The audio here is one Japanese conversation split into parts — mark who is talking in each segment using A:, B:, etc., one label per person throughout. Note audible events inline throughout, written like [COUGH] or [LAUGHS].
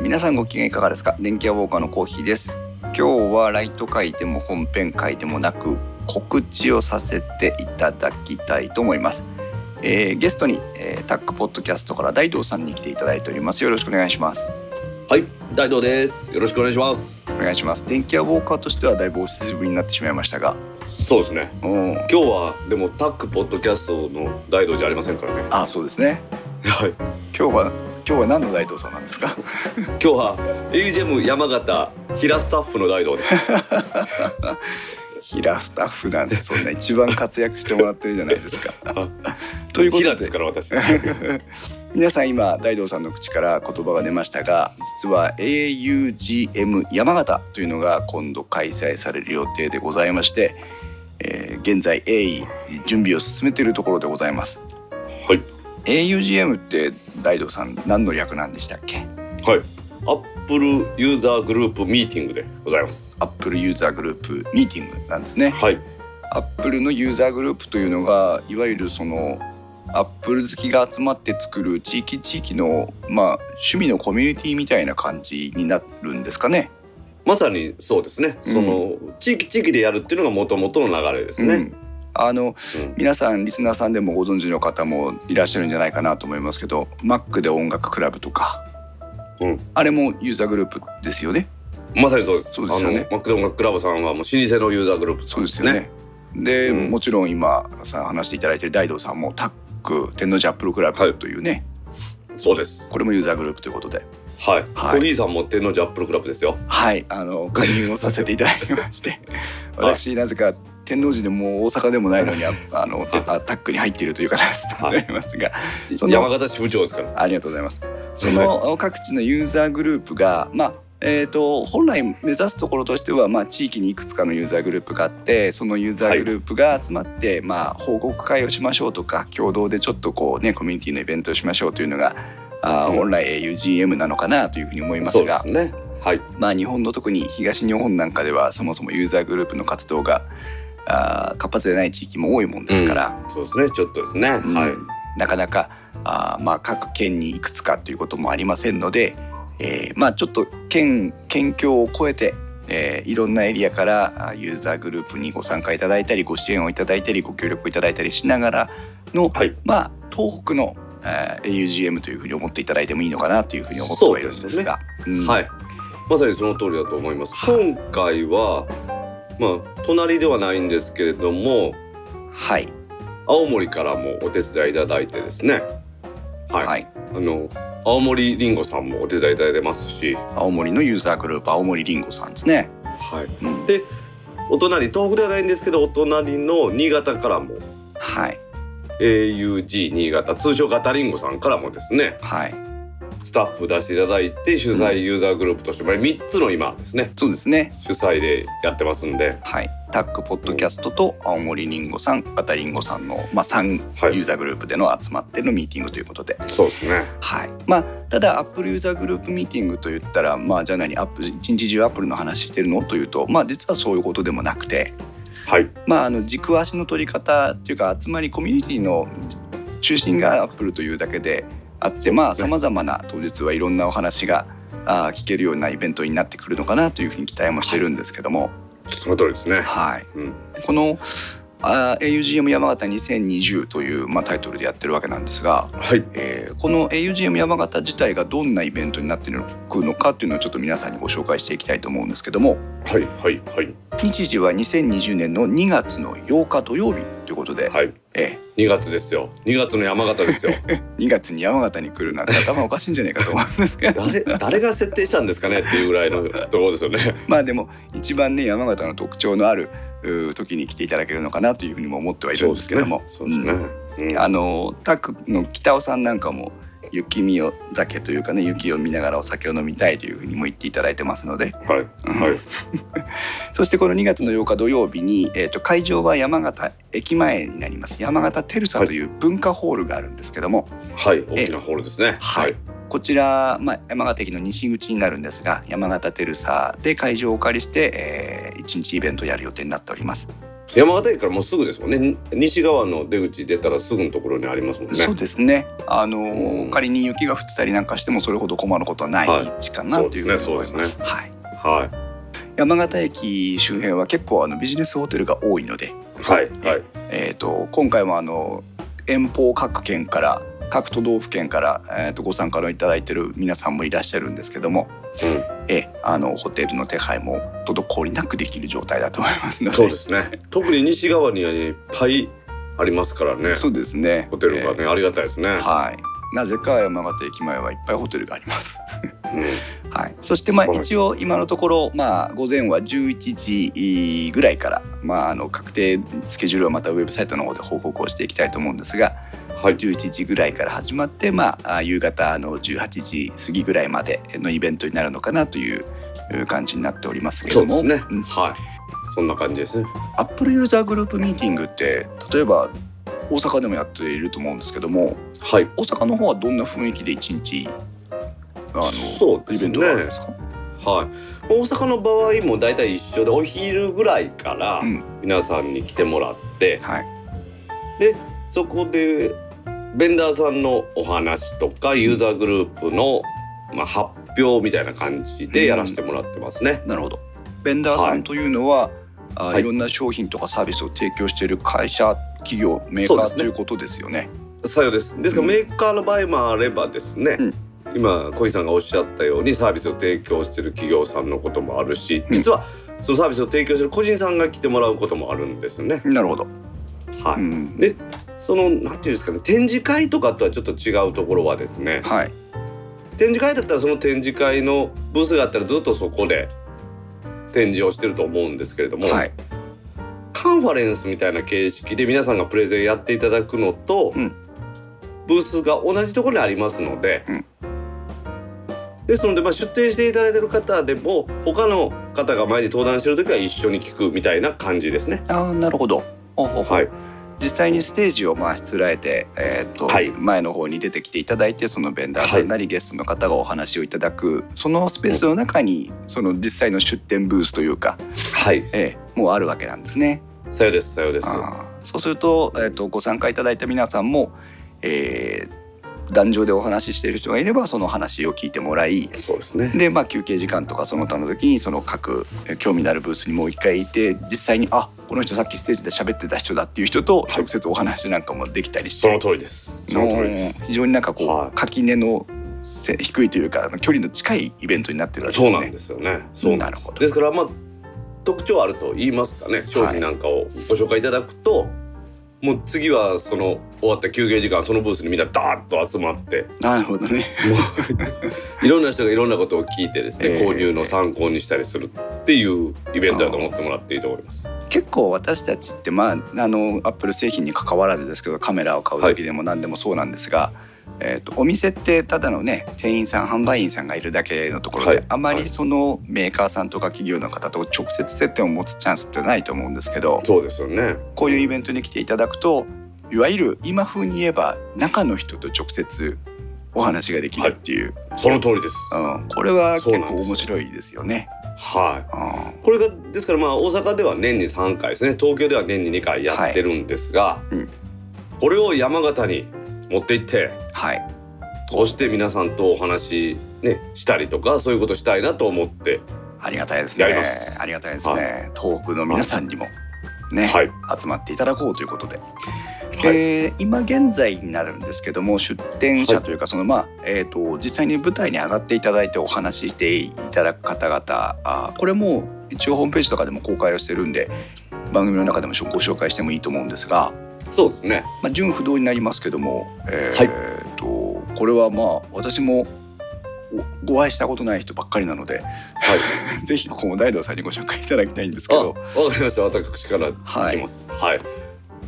A: 皆さんご機嫌いかがですか電気屋ウォーカーのコーヒーです今日はライト書いても本編書いてもなく告知をさせていただきたいと思います、えーゲストに、えータックポッドキャストから大道さんに来ていただいておりますよろしくお願いします
B: はい、大道です。よろしくお願いします。
A: お願いします電気屋ウォーカーとしてはだいぶお久しぶりになってしまいましたが
B: そうですね。
A: うん
B: 今日はでもタックポッドキャストの大道じゃありませんからね。
A: あそうですね
B: はい。
A: 今日は今日は何の大道さんなんですか
B: 今日は AGM 山形平スタッフの大道です。
A: [LAUGHS]
B: [LAUGHS]
A: 平スタッフなんでそんな一番活躍してもらってるじゃないですか
B: あ
A: [LAUGHS] ということで
B: 平ですから私。
A: 皆さん今大道さんの口から言葉が出ましたが実は AUGM 山形というのが今度開催される予定でございまして、えー現在鋭意準備を進めているところでございます
B: はい。
A: AUGM って大道さん何の略なんでしたっけ
B: はい。アップルユーザーグループミーティングでございます。
A: Apple ユーザーグループミーティングなんですね
B: はい。
A: Apple のユーザーグループというのがいわゆるその Apple 好きが集まって作る地域地域のまあ趣味のコミュニティみたいな感じになるんですかね
B: まさにそうですね。
A: うん
B: その地域地域でやるっていうのが元々の流れです
A: う
B: ね。
A: んあの
B: うん
A: 皆さんリスナーさんでもご存知の方もいらっしゃるんじゃないかなと思いますけど Mac で音楽クラブとか、
B: うん
A: あれもユーザーグループですよね
B: まさにそうです。
A: そうですよね
B: あのマックド音楽クラブさんはもう老舗のユーザーグループ
A: そうですよね。で、
B: うん
A: もちろん今さ話していただいてる大道さんもタック天王寺アップルクラ
B: は
A: ブ
B: い
A: というね、
B: そうです。
A: これもユーザーグループということで
B: は
A: は
B: い。
A: い
B: コーヒーさんも天王寺アップルクラブですよ。
A: はいあの加入をさせていただきまして
B: はい
A: 私なぜか天王寺でも大阪でもない
B: [LAUGHS]
A: のにああのタックに入っているという形になりますがその
B: 山形支部長ですから。
A: ありがとうございます。その各地のユーザーグループが、まあえー、と本来目指すところとしては、まあ、地域にいくつかのユーザーグループがあってそのユーザーグループが集まって、まあ、報告会をしましょうとか共同でちょっとこう、ね、コミュニティのイベントをしましょうというのが、あー
B: うん
A: 本来 AUGM なのかなというふうに思いま
B: そ
A: す
B: うで
A: が
B: すね。はい。
A: まあ、日本の特に東日本なんかではそもそもユーザーグループの活動があー活発でない地域も多いもんですから。
B: そうですね。ちょっとですね。
A: うん
B: はい。
A: なかなかあー、まあ、各県にいくつかということもありませんので、えーまあ、ちょっと県県境を越えて、えーいろんなエリアからあーユーザーグループにご参加いただいたりご支援をいただいたりご協力をいただいたりしながらの、
B: はい。
A: まあ、東北の、えー AUGM というふうに思っていただいてもいいのかなというふうに思ってはいるんですが。うん
B: はい。まさにその通りだと思います。今回は、まあ、隣ではないんですけれども、
A: はい、
B: 青森からもお手伝いいただいてですね。はい。
A: はい
B: あの、青森りんごさんもお手伝いいただいてますし、
A: 青森のユーザーグループ青森りんごさんですね。
B: はい。
A: うん
B: でお隣、東北ではないんですけど、お隣の新潟からも、
A: はい、
B: AUG 新潟、通称ガタリンゴさんからもですね、
A: はい、
B: スタッフ出していただいて主催ユーザーグループとして、まあ3つの今ですね
A: そうですね。
B: 主催でやってますんで、
A: はい、タックポッドキャストと青森りんごさんガタリンゴさんの、まあ、3
B: は
A: ユ
B: い、
A: ーザーグループでの集まってのミーティングということで、
B: そうですね
A: はいまあ、ただアップルユーザーグループミーティングといったら、まあ、じゃあ何アップ一日中アップルの話してるのというと、まあ、実はそういうことでもなくて、
B: はい
A: まあ、あの軸足の取り方というか集まりコミュニティの中心がアップルというだけであってさまざ、まな当日はいろんなお話があー聞けるようなイベントになってくるのかなというふうに期待もしてるんですけども。
B: その通りですね
A: はい
B: うん
A: このあー AUGM 山形2020という、まあ、タイトルでやってるわけなんですが、
B: はい
A: えーこの AUGM 山形自体がどんなイベントになっていくのかというのをちょっと皆さんにご紹介していきたいと思うんですけども
B: はいはいはい
A: 日時は2020年の2月の8日土曜日ということで、
B: はい
A: え
B: 2月ですよ2月の山形ですよ [LAUGHS]
A: ー2月に山形に来るなんて頭おかしいんじゃないかと思うん [LAUGHS] ですけど
B: 誰誰が設定したんですかねっていうぐらいのところですよね
A: まあでも一番ね山形の特徴のあるうー時に来ていただけるのかなというふうにも思ってはいるんですけども。
B: [LAUGHS] そうですね
A: うん
B: そうですね、うん
A: あのタクの北尾さんなんかも雪見を酒というかね雪を見ながらお酒を飲みたいというふうにも言っていただいてますので
B: はいはい
A: そしてこの2月の8日土曜日に、えー、と会場は山形駅前になります山形テルサという文化ホールがあるんですけども、
B: はい大きなホールですね
A: はいこちら、まあ、山形駅の西口になるんですが山形テルサで会場をお借りして、え1日イベントをやる予定になっております。
B: 山形駅からもうすぐですもんねに西側の出口出たらすぐのところにありますもんね
A: そうですね。あの、
B: うん
A: 仮に雪が降ってたりなんかしてもそれほど困ることはない
B: はい
A: 立地かなというふうに
B: そう
A: 思
B: で
A: い
B: すね
A: ます。はい。
B: は
A: 山形駅周辺は結構あのビジネスホテルが多いので、
B: いはいはい
A: えっ、と今回もあの遠方各県から各都道府県から、えー、とご参加のいただいてる皆さんもいらっしゃるんですけども、
B: うん
A: ええあのホテルの手配も滞りなくできる状態だと思いますので、
B: そうですね特に西側にはいっぱいありますからね
A: そうですね。
B: ホテルが
A: え
B: ねありがたいですね
A: えはい。なぜか山形駅前はいっぱいホテルがあります。
B: うん
A: はい、そしてまあ
B: 素晴らしい
A: 一応今のところまあ午前は11時ぐらいからまああの確定スケジュールはまたウェブサイトの方で報告をしていきたいと思うんですが
B: はい
A: 11時ぐらいから始まってまああ夕方の18時過ぎぐらいまでのイベントになるのかなというえー感じになっておりますけれ
B: そ
A: ど
B: うで
A: も
B: すね
A: うん
B: はいそんな感じですね
A: アップルユーザーグループミーティングって例えば大阪でもやっていると思うんですけども
B: はい
A: 大阪の方はどんな雰囲気で一日あの
B: そうで
A: イ
B: す
A: ベント
B: ね
A: があるんですか
B: はい大阪の場合も大体一緒でお昼ぐらいから
A: うん
B: 皆さんに来てもらって
A: はい
B: そこでベンダーさんのお話とかユーザーグループのまあ発表みたいな感じでやらせてもらってますね
A: なるほど。ベンダーさんというのは、あ
B: はい
A: い、ろんな商品とかサービスを提供している会社、企業、メーカ
B: そうで
A: ー、
B: すね
A: ということですよね。
B: さようですですから
A: うん
B: メーカーの場合もあればですね、
A: うん
B: 今小石さんがおっしゃったようにサービスを提供してる企業さんのこともあるし
A: うん
B: 実はそのサービスを提供してる個人さんが来てもらうこともあるんですよね。
A: なるほど。
B: は
A: う
B: い、
A: ん。
B: でそのなんていうんですかね展示会とかとはちょっと違うところはですね
A: はい。
B: 展示会だったらその展示会のブースがあったらずっとそこで展示をしてると思うんですけれども、
A: はい。
B: カンファレンスみたいな形式で皆さんがプレゼンやっていただくのと、
A: うん
B: ブースが同じところにありますので、
A: うん
B: ですので、まあ、出展していただいてる方でも他の方が前に登壇してる時は一緒に聞くみたいな感じですね。
A: ああ、なるほど。ほうほうほう
B: はい、
A: 実際にステージをまあしつらえて、えーと
B: はい
A: 前の方に出てきていただいてそのベンダーさんなりゲストの方がお話をいただく、そのスペースの中にその実際の出店ブースというか、
B: はい、
A: ええもうあるわけなんですね。
B: さようですさようです。
A: あーそうすると,、えー、とご参加いただいた皆さんも、えー、壇上でお話ししている人がいればその話を聞いてもらい
B: そうですね。
A: で、まあ、休憩時間とかその他の時にその各えー興味のあるブースにもう一回いて実際にあこの人さっきステージで喋ってた人だっていう人と
B: はい
A: 直接お話なんかもできたりして、
B: その通りです。その通りです。
A: もう非常になんかこう、
B: はい
A: 垣根のせ低いというかあの距離の近いイベントになってるわけ
B: そ
A: で
B: う
A: す
B: なん
A: ね。
B: ですよね。そう
A: な
B: なん
A: る
B: です
A: ほど
B: ですからまあ特徴あると言いますかね商品なんかをご紹介いただくと、もう次はその終わった休憩時間そのブースにみんなダーッと集まって
A: なるほどね。
B: いろんな人がいろんなことを聞いてですね、
A: ええ
B: 購入の参考にしたりするっていうイベントだと思ってもらっていいと思います。
A: 結構私たちってまああのアップル製品に関わらずですけどカメラを買う時でも何でもそうなんですが、えー、とお店ってただのね店員さん販売員さんがいるだけのところで、
B: はい
A: あま
B: は
A: り
B: い
A: そのメーカーさんとか企業の方と直接接点を持つチャンスってないと思うんですけど
B: そうですよね。
A: こういうイベントに来ていただくといわゆる今風に言えば中の人と直接お話ができるっていう、
B: その通りです。
A: うん、これは
B: そう
A: 結
B: なん
A: 構
B: です
A: 面白いですよね。
B: はい。
A: あ
B: これがですからまあ大阪では年に3回ですね東京では年に2回やってるんですが、
A: いうん
B: これを山形に持って行って
A: はい、
B: そして皆さんとお話しねしたりとかそういうことしたいなと思って、
A: ありがたいですね。
B: やります
A: ありがたいですね。東北の皆さんにもね、
B: はい
A: 集まっていただこうということで、
B: はい
A: えー今現在になるんですけども出展者というかその、まあえー、と実際に舞台に上がっていただいてお話ししていただく方々あーこれも一応ホームページとかでも公開をしてるんで番組の中でもご紹介してもいいと思うんですが、
B: そうですね
A: まあ、純不動になりますけども、えーとこれはまあ私もおご愛したことない人ばっかりなので、ぜひここも大道さんにご紹介いただきたいんですけ
B: あ
A: ど
B: わかりました私からい
A: はい
B: きますはい、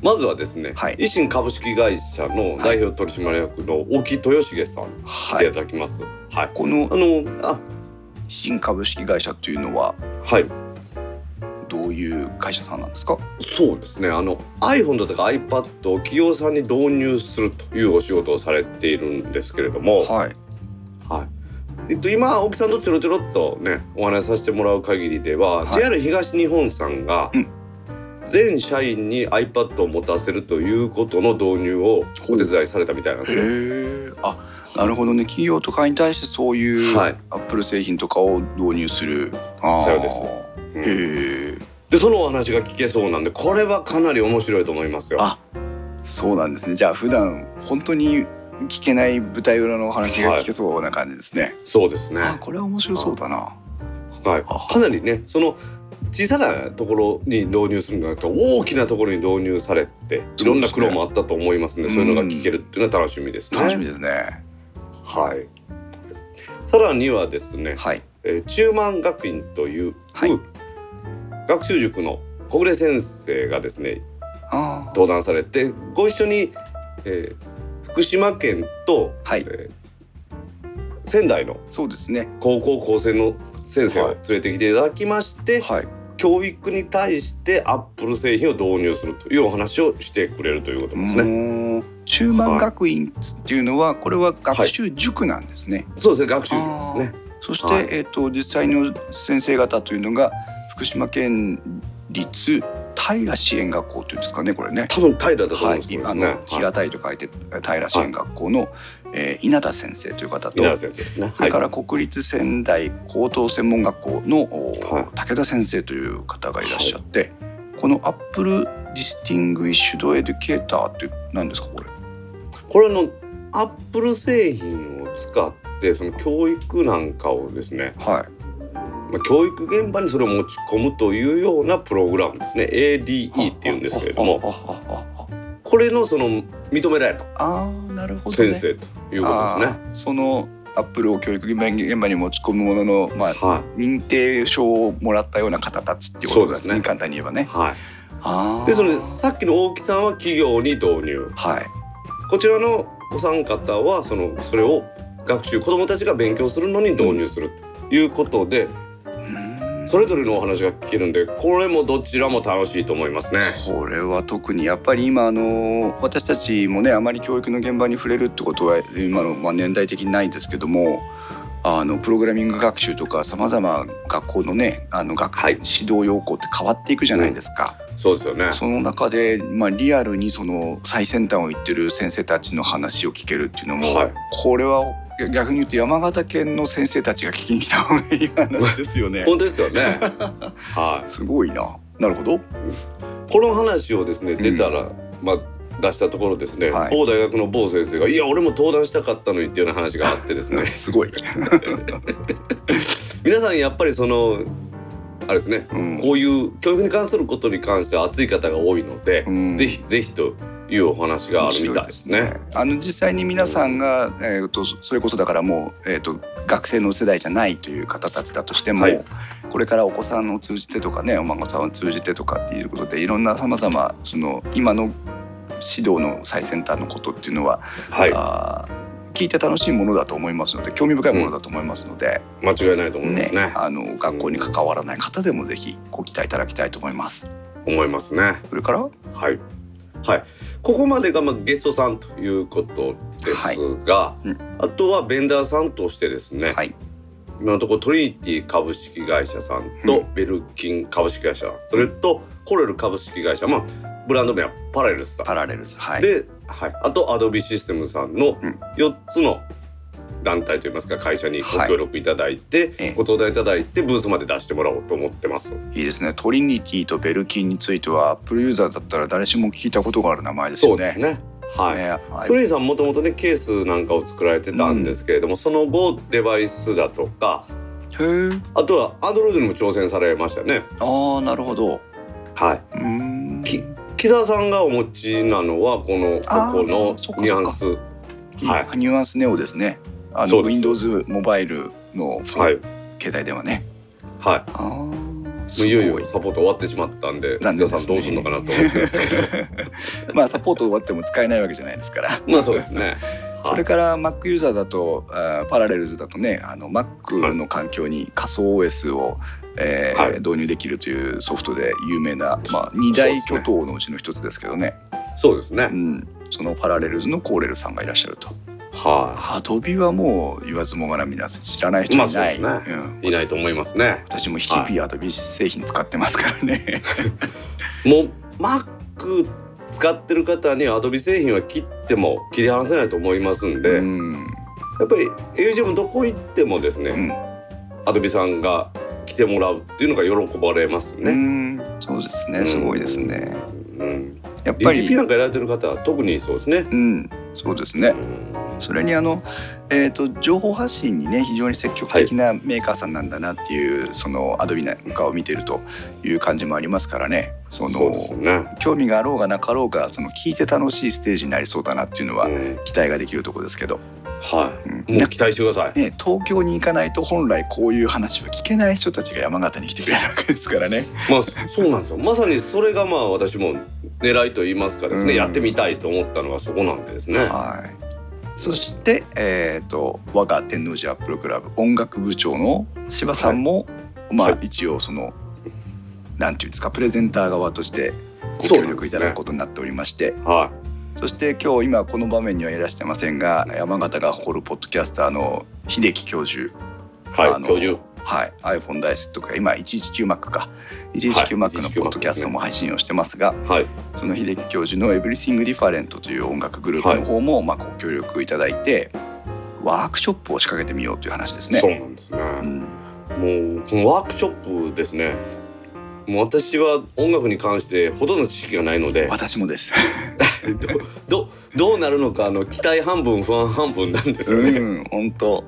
B: まずはですね、
A: はい
B: 維新株式会社の代表取締役の沖豊重さんに来
A: は
B: てい
A: い、
B: ただきますはい、
A: この
B: あのあ
A: 新株式会社というのは
B: はい
A: どういう会社さんなんですか
B: そうですねあの iPhone だとか iPad を企業さんに導入するというお仕事をされているんですけれども、
A: はい
B: はい。えっと、今沖さんとちょろちょろっとねお話しさせてもらう限りでは、
A: はい
B: JR 東日本さんが、
A: うん
B: 全社員に iPad を持たせるということの導入をお手伝いされたみたいなんですよ。
A: えあなるほどね企業とかに対してそういう
B: はい
A: アップル製品とかを導入する、あー
B: そうですうん
A: へえ
B: でそのお話が聞けそうなんでこれはかなり面白いと思いますよ。
A: あそうなんですねじゃあ普段本当に聞けない舞台裏のお話が聞けそうな感じですね、
B: そうですね、
A: あこれは面白そうだなあ
B: はい、かなりねその小さなところに導入するんじゃなくて大きなところに導入されていろんな苦労もあったと思いますんで
A: うん
B: そういうのが聞けるっていうのは楽しみですね。
A: 楽しみですね
B: はい、さらにはですね、
A: はい
B: えー中満学院という、
A: はい
B: 学習塾の小暮先生がですね
A: あ
B: 登壇されてご一緒に、えー福島県と、
A: ーは
B: え
A: い
B: ー仙台の
A: そうですね
B: 高校高専の先生を
A: はい
B: 連れてきていただきまして、
A: はい
B: 教育に対してアップル製品を導入するというお話をしてくれるということですね。
A: もう中満学院っていうのはこれは学習塾なんですね、
B: そうですね学習塾ですね。
A: そして、
B: はい
A: えっ、と実際の先生方というのが福島県立平支援学校というんですかねこれね。
B: 多分平だと思う
A: はい
B: んですけ、ど
A: あ
B: ね。
A: の
B: はい
A: 平たいと書いて平支援学校の、えー稲田先生という方と
B: 稲田先生ですね。
A: それから国立仙台高等専門学校の、お
B: はい
A: 武田先生という方がいらっしゃって、このアップルディスティングイッシュドエデュケーターって何ですかこれ
B: これあのアップル製品を使ってその教育なんかをですね、
A: はい
B: まあ、教育現場にそれを持ち込むというようなプログラムですね ADE っていうんですけれども
A: も
B: これのその認められた
A: ああなるほど、ね、
B: 先生ということですね。
A: あーそのアップルを教育現場に持ち込むものの、まあ、
B: は
A: 認定証をもらったような方たちっていうことなんです
B: そうです
A: ね
B: ね
A: 簡単に言えば
B: い、
A: ね。
B: はい、
A: あー
B: でそのさっきの大木さんは企業に導入
A: はい
B: こちらのお三方はそのそれを学習子どもたちが勉強するのに導入するということで、
A: うん
B: それぞれのお話が聞けるんでこれもどちらも楽しいと思いますね。
A: これは特にやっぱり今あの私たちもねあまり教育の現場に触れるってことは今のまあ年代的にないんですけどもあのプログラミング学習とかさまざま学校のねあの学、
B: はい
A: 指導要項って変わっていくじゃないですか。
B: そうですよね。
A: その中で、まあ、リアルにその最先端を行ってる先生たちの話を聞けるっていうのも、
B: はい
A: これは逆に言うと山形県の先生たちが聞きに来た方がいい話ですよね。
B: 本当です
A: [LAUGHS]
B: よね。は
A: すごいな。なるほ
B: [LAUGHS]
A: ど。
B: い。この話をですね
A: ん
B: 出たら、まあ出したところですね、
A: はい
B: 某大学の某先生が「いや俺も登壇したかったのに」っていうような話があってですね
A: すごい。
B: [LAUGHS] 皆さんやっぱりそのあれですね
A: うん
B: こういう教育に関することに関して熱い方が多いので、
A: うん
B: ぜひぜひというお話があるみたいですね。
A: あの実際に皆さんが、えー、とそれこそだからもう、えー、と学生の世代じゃないという方たちだとしても、
B: はい
A: これからお子さんを通じてとかねお孫さんを通じてとかっていうことでいろんなさまざまその今の指導の最先端のことっていうのは、
B: はい、
A: あー聞いて楽しいものだと思いますので興味深いものだと思いますので、
B: 間違いないと思いますね。
A: あの学校に関わらない方でもぜひご期待いただきたいと思います。
B: 思いますね。
A: それから
B: はい。はい。ここまでがまあゲストさんということですが、
A: いうん
B: あとはベンダーさんとしてですね、
A: はい
B: 今のところトリニティ株式会社さん
A: う
B: とベルキン株式会社、それとコレル株式会社、まあブランド名はパラレルさん、
A: パラレルズはい
B: で、はい、あとアドビシステムさんの
A: うん
B: 4つの団体といいますか会社にご協力いただいて、
A: ええ
B: ご登壇いただいてブースまで出してもらおうと思ってます。
A: いいですね。トリニティとベルキンについては、アップルユーザーだったら誰しも聞いたことがある名前です
B: そ
A: よ
B: うです
A: ね。
B: ね。はい。
A: ねはい
B: トレイさんもともとねケースなんかを作られてたんですけれども、その後デバイスだとか
A: へえ。
B: あとはアンドロイドにも挑戦されましたよね。
A: ああ、なるほど。
B: は
A: うーん。
B: き木澤さんがお持ちなのはこの
A: あー
B: ここの
A: そっかそっか
B: ニュアンスはい
A: ニュアンスネオですね。あの
B: そうです
A: Windows モバイルの
B: はい
A: 携帯ではね。
B: は
A: ああ。も
B: いもういよいよサポート終わってしまったんで
A: 残
B: 木
A: 念です
B: 澤さ
A: ね
B: んどうするのかなと思ってますけど [LAUGHS]
A: まあサポート終わっても使えないわけじゃないですから。
B: まあそうですね。
A: そ
B: は
A: れ
B: い
A: から Mac ユーザーだとあーパラレルズだとねあの Mac の環境に仮想 OS を、えー
B: はい
A: 導入できるというソフトで有名な、まあ、二大
B: そ
A: 巨
B: うですね
A: 頭のうちの一つですけどね
B: そうですね
A: う。ん、そのパラレルズのコーレルさんがいらっしゃると
B: は
A: アドビはもう言わずもがな皆さん知らない人い
B: まあそう
A: な
B: で
A: い、
B: すね
A: うん
B: い。いないと思いますね。 [LAUGHS]
A: 私も日々アドビ製品使ってますからね、
B: もう Mac 使ってる方に Adobe 製品は切っても切り離せないと思いますんで、
A: う
B: や
A: ん
B: っぱり AUGM どこ行ってもですね、
A: うん
B: Adobe さんが来てもらうっていうのが喜ばれます
A: う
B: ね。
A: んそうですねすごいですね。
B: うん、
A: やっぱ
B: DTP
A: り
B: なんかやられてる方は特にそうですね。
A: うんそうですね。それにあの、えー、と情報発信にね非常に積極的なメーカーさんなんだなっていう、そのアドビなんかを見てるという感じもありますからねそ
B: うん
A: の
B: そうですよね。
A: 興味があろうがなかろうがその聞いて楽しいステージになりそうだなっていうのは
B: うん
A: 期待ができるところですけど、
B: は
A: うん
B: い。も
A: な
B: う期待してください。
A: ね、東京に行かないと本来こういう話は聞けない人たちが山形に来てくれるわけですからね。
B: まあそそうなんですよ。まさにそれがまあ私も狙いと言いますかですね、
A: うん
B: やってみたいと思ったのがそこなんでですね。
A: はいそして、えー、と我が天王寺アップルクラブ音楽部長の柴さんも、まあ、
B: は
A: 一応そのなんていうんですかプレゼンター側としてご
B: そう
A: 協
B: なん
A: 力
B: ですね
A: いただくことになっておりましてそ,、
B: は
A: して今日今この場面にはいらしてませんが山形が誇るポッドキャスターの秀樹教授、
B: い。は
A: あ
B: い。
A: の
B: 教授。
A: はい、iPhone 大好きとか今 119Mac か 119Mac のポッドキャストも配信をしてますが、
B: はい。
A: その秀樹教授の「エブリ i ング・ディファレント」という音楽グループの方も、まあ、ご協力いただいてワークショップを仕掛けてみようという話ですね。
B: そうなんですね。
A: うん
B: もうこのワークショップですね。もう私は音楽に関してほとんど知識がないので、
A: 私もです、
B: どどどうなるのかあの期待半分不安半分なんですよね。
A: うん、 [LAUGHS] 本当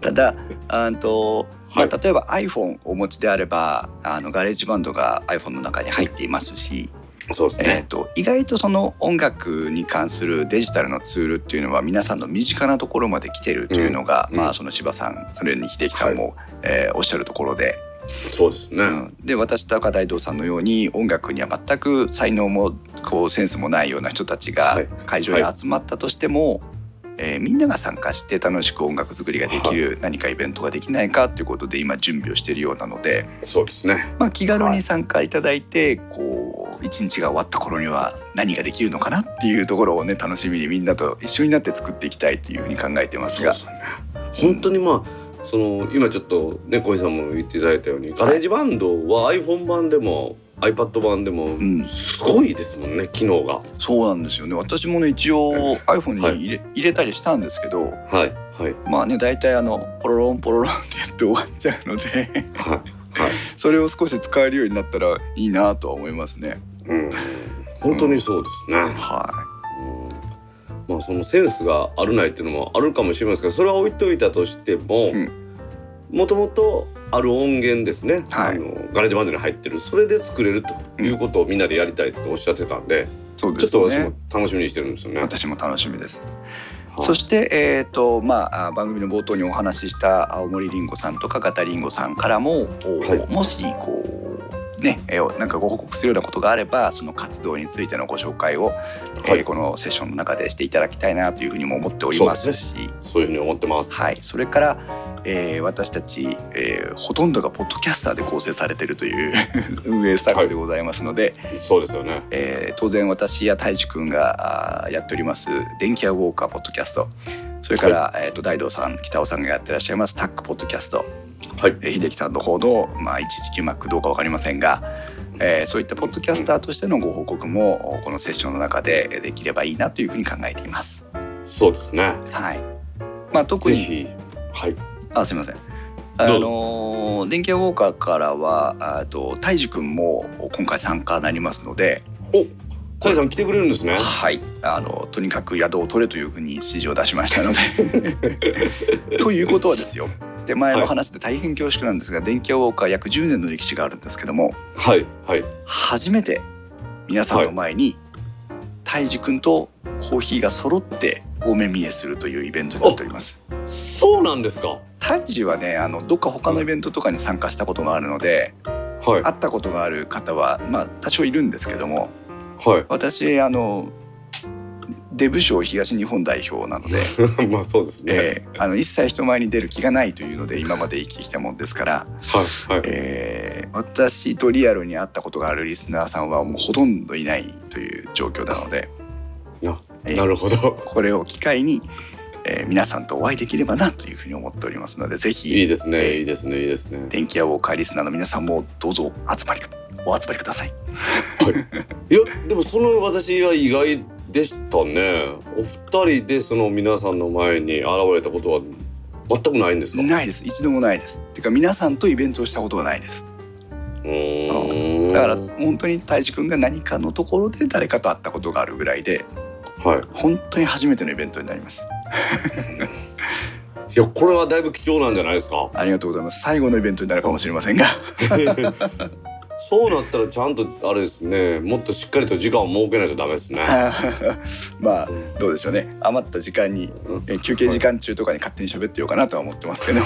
A: ただあんと、まあ、
B: は
A: 例えば iPhone をお持ちであればあのガレージバンドが iPhone の中に入っていますし、
B: そうです
A: えー、
B: ね。
A: と意外とその音楽に関するデジタルのツールっていうのは皆さんの身近なところまで来てるというのが、
B: うん
A: まあ、その柴さんそれに秀樹さんも、えーおっしゃるところで。
B: そうです
A: う
B: ね。
A: ん、で私と赤大道さんのように音楽には全く才能もこうセンスもないような人たちが
B: はい
A: 会場に集まったとしても、えーみんなが参加して楽しく音楽作りができる何かイベントができないかということで今準備をしているようなので、
B: そうですね。
A: まあ、気軽に参加いただいてこう一日が終わった頃には何ができるのかなっていうところをね楽しみにみんなと一緒になって作っていきたいというふうに考えてます
B: そうで
A: が
B: すね。本当にまあその今ちょっとね小井さんも言っていただいたように、ガレージバンドは iPhone 版でも iPad 版でも、
A: ん
B: すごいですもんね機能が。
A: そうなんですよね私もね一応 iPhone に入れ,、入れたりしたんですけど、
B: はいはい
A: まあね大体あのポロロンポロロン [LAUGHS] ってやって終わっちゃうので
B: はい。
A: それを少し使えるようになったらいいなとは思いますね。
B: うん、本当にそうですね。
A: は
B: まあ、そのセンスがあるないっていうのもあるかもしれませんけどそれは置いといたとしても
A: う
B: もともとある音源ですね、
A: はい
B: あのガレージバンドに入ってるそれで作れるということをみんなでやりたいっておっしゃってたんで、
A: い、そう
B: ち
A: で
B: ょっ
A: す
B: と私も
A: ね。
B: 楽しみにしてるんですよね。
A: 私も楽しみです。
B: はい
A: そして、えーとまあ、あ番組の冒頭にお話しした青森りんごさんとかガタりんごさんからも、お
B: はい
A: もしこうねえーなんかご報告するようなことがあればその活動についてのご紹介を、
B: は
A: えー
B: い、
A: このセッションの中でしていただきたいなというふうにも思っておりますし。
B: そういうふうに思ってます。
A: はい、それから、えー私たち、えーほとんどがポッドキャスターで構成されているという [LAUGHS] 運営スタッフでございますので、
B: そうですよね。
A: えー当然私や太一くんがあーやっております「電気屋ウォーカーポッドキャスト」それから、えー、と大道さん北尾さんがやってらっしゃいますタックポッドキャスト、
B: はい。
A: えー秀樹さんの方の、まあ、119マックどうか分かりませんが、えーそういったポッドキャスターとしてのご報告もこのセッションの中でできればいいなというふうに考えています。
B: そうですね。
A: はいまあ、特
B: ぜ
A: に
B: ひ。はい。
A: あすみません。あ
B: どうぞ
A: のー電気屋ウォーカーからはあと太治君も今回参加になりますので、
B: お、小井さん来てくれるんですね。
A: はい、あのとにかく宿を取れというふうに指示を出しましたので。 [LAUGHS] ということはですよ。手前の話で大変恐縮なんですが、電気屋ウォーカー約10年の歴史があるんですけども、
B: はい。はい。
A: 初めて皆さんの前に太治君とコーヒーが揃ってお目見えするというイベントになっております。
B: そうなんですか。
A: 太治はね、あのどっか他のイベントとかに参加したことがあるので。
B: はい。
A: 会ったことがある方は、まあ、多少いるんですけども
B: は
A: 私あのデブ賞東日本代表なので、
B: い。 [LAUGHS] まあ、そうですね。
A: えーあの一切人前に出る気がないというので今まで生きてきたもんですから、
B: はい。はい。
A: えー私とリアルに会ったことがあるリスナーさんはもうほとんどいないという状況なのでえー
B: なるほど。
A: これを機会に、えー皆さんとお会いできればなというふうに思っておりますのでぜ
B: いい
A: ひ
B: ですね。いいですね。いいですね。
A: 電気屋ウォーカーリスナーの皆さんもどうぞ集まりお集まりください。
B: いやでもその私は意外でしたねお二人でその皆さんの前に現れたことは全くないんですか
A: ないです。一度もないです。てか皆さんとイベントをしたことがないです。
B: うーん
A: だから本当にたいじくんが何かのところで誰かと会ったことがあるぐらいで、
B: はい
A: 本当に初めてのイベントになります。
B: いやこれはだいぶ貴重なんじゃないですか
A: ありがとうございます。最後のイベントになるかもしれませんが、
B: そうなったらちゃんとあれですねもっとしっかりと時間を設けないとダメですね
A: [LAUGHS] まあどうでしょうね。余った時間に
B: うん
A: えー休憩時間中とかに勝手に喋ってようかなとは思ってますけど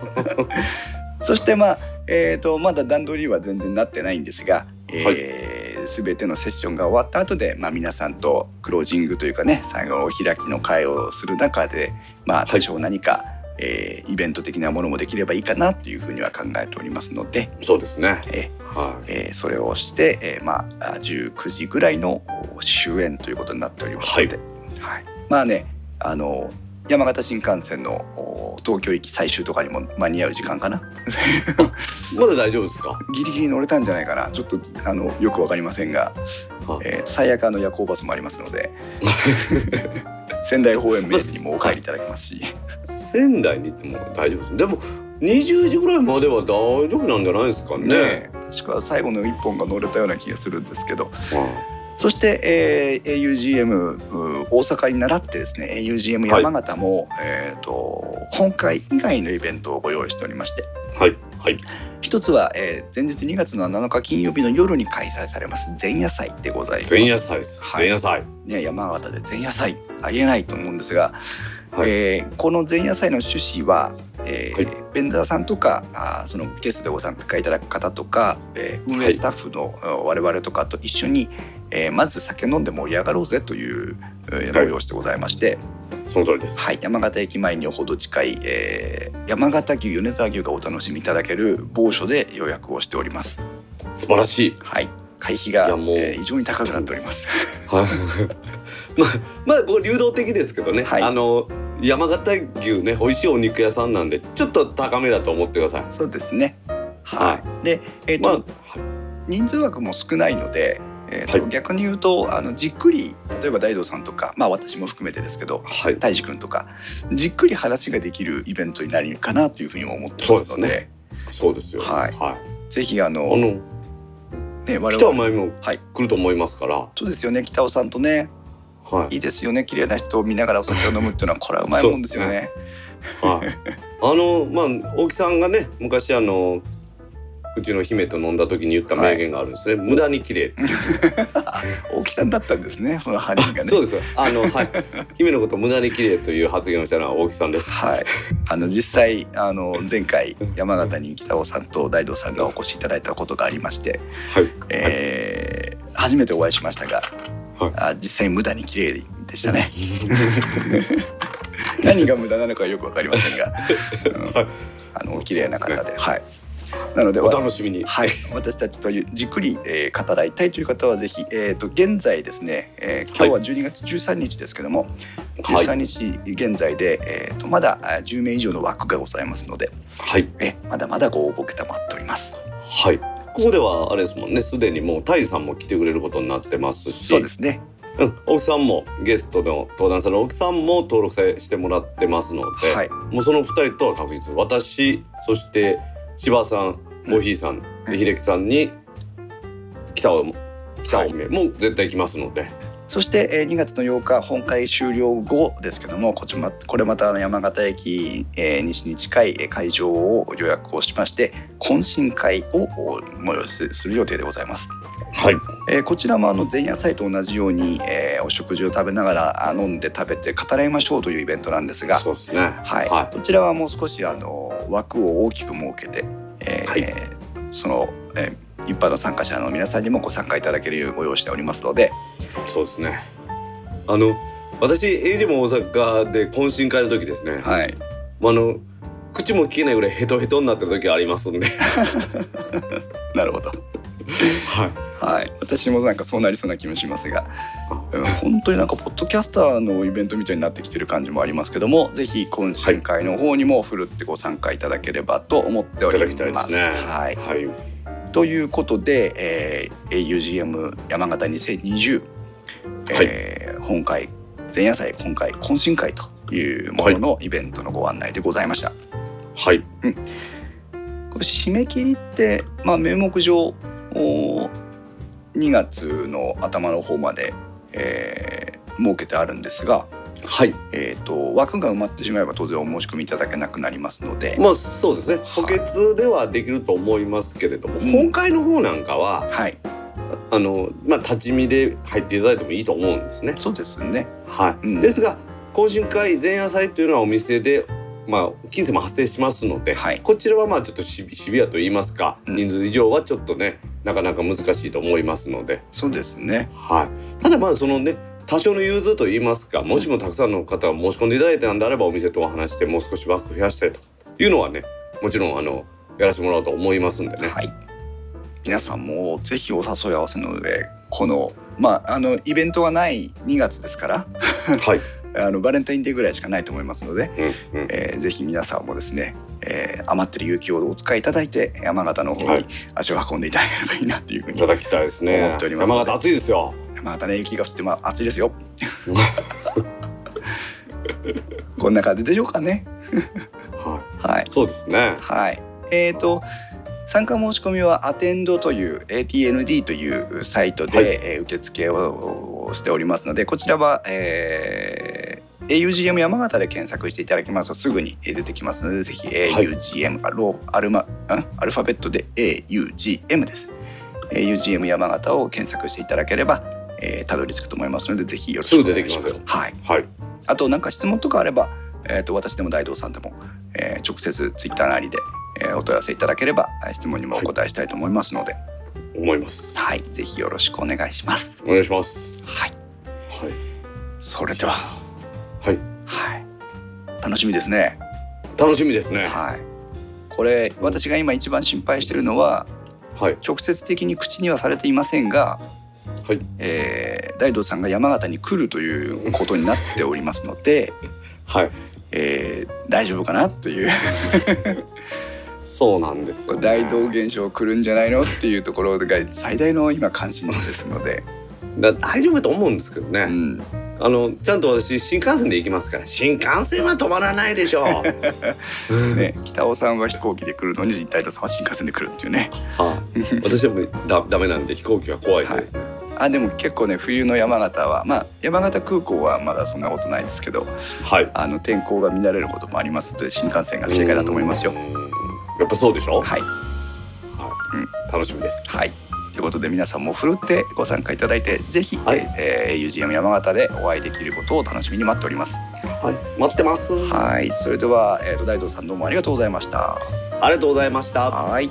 A: [LAUGHS] そしてまあ、えー、とまだ段取りは全然なってないんですが、えー全てのセッションが終わった後で、まあ、皆さんとクロージングというかね最後のお開きの会をする中で、まあ、
B: い
A: 多少何か、えーイベント的なものもできればいいかなというふうには考えておりますので、
B: そうですね
A: え
B: はい
A: えーそれをして、えーまあ、あ19時ぐらいのお終演ということになっておりますので、はいまあねあの山形新幹線のお東京行き最終とかにも間に合う時間かな
B: まだ大丈夫ですか
A: ギリギリ乗れたんじゃないかなちょっとあのよくわかりませんが、
B: はい
A: えー最悪あの夜行バスもありますの
B: [LAUGHS]
A: で仙台方面名にもお帰りいただけますし
B: 仙台に行っても大丈夫ですでも20時ぐらいまでは大丈夫なんじゃないですかね
A: ね確か最後の1本が乗れたような気がするんですけど
B: は
A: そして、えー AUGM うー大阪に倣ってですね AUGM 山形も、えー、と本会以外のイベントをご用意しておりまして
B: いはいはい
A: 一つは、えー前日2月の7日金曜日の夜に開催されます前夜祭でございます。
B: 前夜祭です
A: はい
B: 前夜祭
A: ね、山形で前夜祭ありえないと思うんですが、
B: はい
A: えーこの前夜祭の趣旨は、えーベンダーさんとかあーそのゲストでご参加いただく方とか、えー運営スタッフのあ我々とかと一緒に、えーまず酒飲んで盛り上がろうぜという、えー
B: はい
A: 催しでございまして、
B: その通りです
A: はい、山形駅前にほど近い、えー山形牛米沢牛がお楽しみいただける某所で予約をしております。
B: 素晴らしい
A: はい会費が
B: いやもう
A: えー非常に高くなっております。
B: はい [LAUGHS] まあまあこう流動的ですけどね、
A: はい
B: あの山形牛ね美味しいお肉屋さんなんでちょっと高めだと思ってください
A: そうですね。。
B: はい
A: で、えっ、
B: まあ
A: と、人数枠も少ないので、えーと
B: はい
A: 逆に言うとあのじっくり例えば大道さんとか、まあ、私も含めてですけど
B: はい
A: 大く君とかじっくり話ができるイベントになるかなというふうにも思ってます
B: そ
A: の
B: う
A: で
B: ですそうですよ
A: はい
B: はい、
A: ぜひあの
B: あの
A: ね我
B: 北
A: 々
B: 前も
A: はい
B: 来ると思いますから、
A: そうですよね北尾さんとね
B: は
A: [LAUGHS]
B: い
A: いいですよね綺麗な人を見ながらお酒を飲むっていう
B: [LAUGHS]
A: のはこれはうまいもんですよね。
B: はい、あのまあ大木さんがね昔あのうちの姫と飲んだ時に言った名言があるんですね、無駄に綺麗って、
A: 大木さんだったんですねその犯人がね。
B: そうですあのはい姫のこと無駄に綺麗という発言をしたのは大木さんです
A: はい、あの実際あの前回山形に北尾さんと大道さんがお越しいただいたことがありまして、
B: はい
A: えー初めてお会いしましたが、
B: はい
A: あ実際無駄に綺麗でした
B: [LAUGHS]
A: ね何が無駄なのかよく分かりませんが、
B: [LAUGHS]
A: うん
B: はい
A: あの綺麗な方ではいなので
B: お楽しみに
A: はい、私たちというじっくり、えー語らいたいという方はぜひ、えー、と現在ですね、えー今日は12月13日ですけども、
B: はい
A: 13日現在で、えー、とまだあー10名以上の枠がございますので
B: はい
A: えまだまだご応募承っております。
B: はい。ここではあれですもんね。すでにもうタイさんも来てくれることになってますし、
A: そうですね
B: うん、奥さんもゲストの登壇者の奥さんも登録さしてもらってますので、
A: はい
B: もうその二人とは確実。私、そして柴さん、コーヒーさん、
A: うん
B: で秀樹さんに北尾も北尾めもう絶対来ますので、
A: そして、えー2月の8日本会終了後ですけどもこちまこれまたあの山形駅、えー西に近いえー会場を予約をしまして懇親会をお催しする予定でございます。
B: はい
A: えーこちらもあの前夜祭と同じように、えーお食事を食べながらあ飲んで食べて語らいましょうというイベントなんですが、
B: そうですね。
A: はい
B: は
A: こちらはもう少しあの枠を大きく設けて、えー
B: はい
A: その、えー一般の参加者の皆さんにもご参加いただけるようご用意しておりますので、
B: そうですね。あの私エイジも大阪で懇親会の時ですね。
A: はい、
B: まあ、あの口も聞けないぐらいヘトヘトになってる時ありますんで、
A: なるほど、
B: [LAUGHS] [LAUGHS] はい、
A: はい、私もなんかそうなりそうな気もしますが、うん本当になんかポッドキャスターのイベントみたいになってきてる感じもありますけどもぜひ懇親会の方にもふるってご参加いただければと思ってお
B: いた
A: り
B: だ
A: ます。
B: きたいですね。
A: はい
B: はい、
A: ということで、えー、AUGM 山形2020、えー本会前夜祭今回懇親会というもののイベントのご案内でございました。
B: はい。
A: これ締め切りって、まあ、名目上お2月の頭の方まで、えー設けてあるんですが、
B: はい。
A: えー、と枠が埋まってしまえば当然お申し込みいただけなくなりますので、
B: まあそうですね。
A: い
B: 補欠ではできると思いますけれど
A: う
B: も、
A: ん
B: 本会の方なんかは
A: はい
B: あのまあ立ち見で入っていただいてもいいと思うんですね。
A: そうですね
B: はい。
A: うん
B: ですが懇親会前夜祭というのはお店でまあ金銭も発生しますので、
A: はい
B: こちらはまあちょっとシビシビアと言いますか、
A: うん
B: 人数以上はちょっとねなかなか難しいと思いますので。
A: そうですね
B: はい、ただまあそのね多少の融通といいますかもしもたくさんの方が申し込んでいただいたんであればお店とお話してもう少し枠増やしたいとかいうのはねもちろんあのやらせてもらおうと思いますんでね。
A: はい皆さんもぜひお誘い合わせの上このまああのイベントがない2月ですから
B: はい、
A: あのバレンタインデーぐらいしかないと思いますので、
B: うんうん
A: えーぜひ皆さんもですね、えー余ってる勇気をお使いいただいて山形の方
B: は
A: に
B: い
A: 足を運んでいただければいいなっていうふう
B: い
A: に、
B: ただきたいですね。
A: 思っております
B: 山形暑いですよ。
A: 山形ね雪が降ってまあ暑いですよ [LAUGHS] こんな感じでしょうかね
B: は
A: はい
B: い、そうですね。
A: はい。えっ、と参加申し込みはアテンドという ATND というサイトで、
B: はい
A: えー受付をしておりますのでこちらは、えー AUGM 山形で検索していただきますとすぐにえー出てきますのでぜひ AUGM、あローアルマんアルファベットで AUGM です AUGM 山形を検索していただければ、えーたどり着くと思いますのでぜひよろしくお願いします
B: すぐ出てきますよ
A: はい、
B: はい、
A: あとなんか質問とかあれば、えー、と私でも大道さんでも、えー直接ツイッターなりで、えーお問い合わせいただければあ質問にもお答えしたいと思いますので、はい
B: 思います。
A: ぜひよろしくお願いします。
B: お願いします。
A: はい、
B: はい、
A: それでは、
B: はい、
A: はい、楽しみですね。
B: 楽しみですね。
A: はい、これ私が今一番心配してるのは
B: はい、
A: 直接的に口にはされていませんが、
B: はい
A: えー大道さんが山形に来るということになっておりますので、
B: はい、
A: えー大丈夫かなという
B: そうなんですよ、ね。
A: 大道現象来るんじゃないのっていうところが最大の今関心事ですので、
B: だ大丈夫だと思うんですけどね。
A: うん、
B: あのちゃんと私新幹線で行きますから新幹線は止まらないでしょう
A: [LAUGHS] ね北尾さんは飛行機で来るのに大道さんは新幹線で来るっていうね
B: あ私はもうだダメなんで飛行機は怖いですね、
A: あでも結構ね冬の山形はまあ山形空港はまだそんなことないですけど
B: はい、
A: あの天候が乱れることもありますので新幹線が正解だと思いますよ
B: うん。やっぱそうでしょ、
A: はい、
B: 楽しみです
A: はいということで皆さんもふるってご参加いただいてぜひ、
B: はい
A: えー UGM 山形でお会いできることを楽しみに待っております。
B: はい待ってます
A: はいそれでは、えーと大道さんどうもありがとうございました。
B: ありがとうございました
A: はい。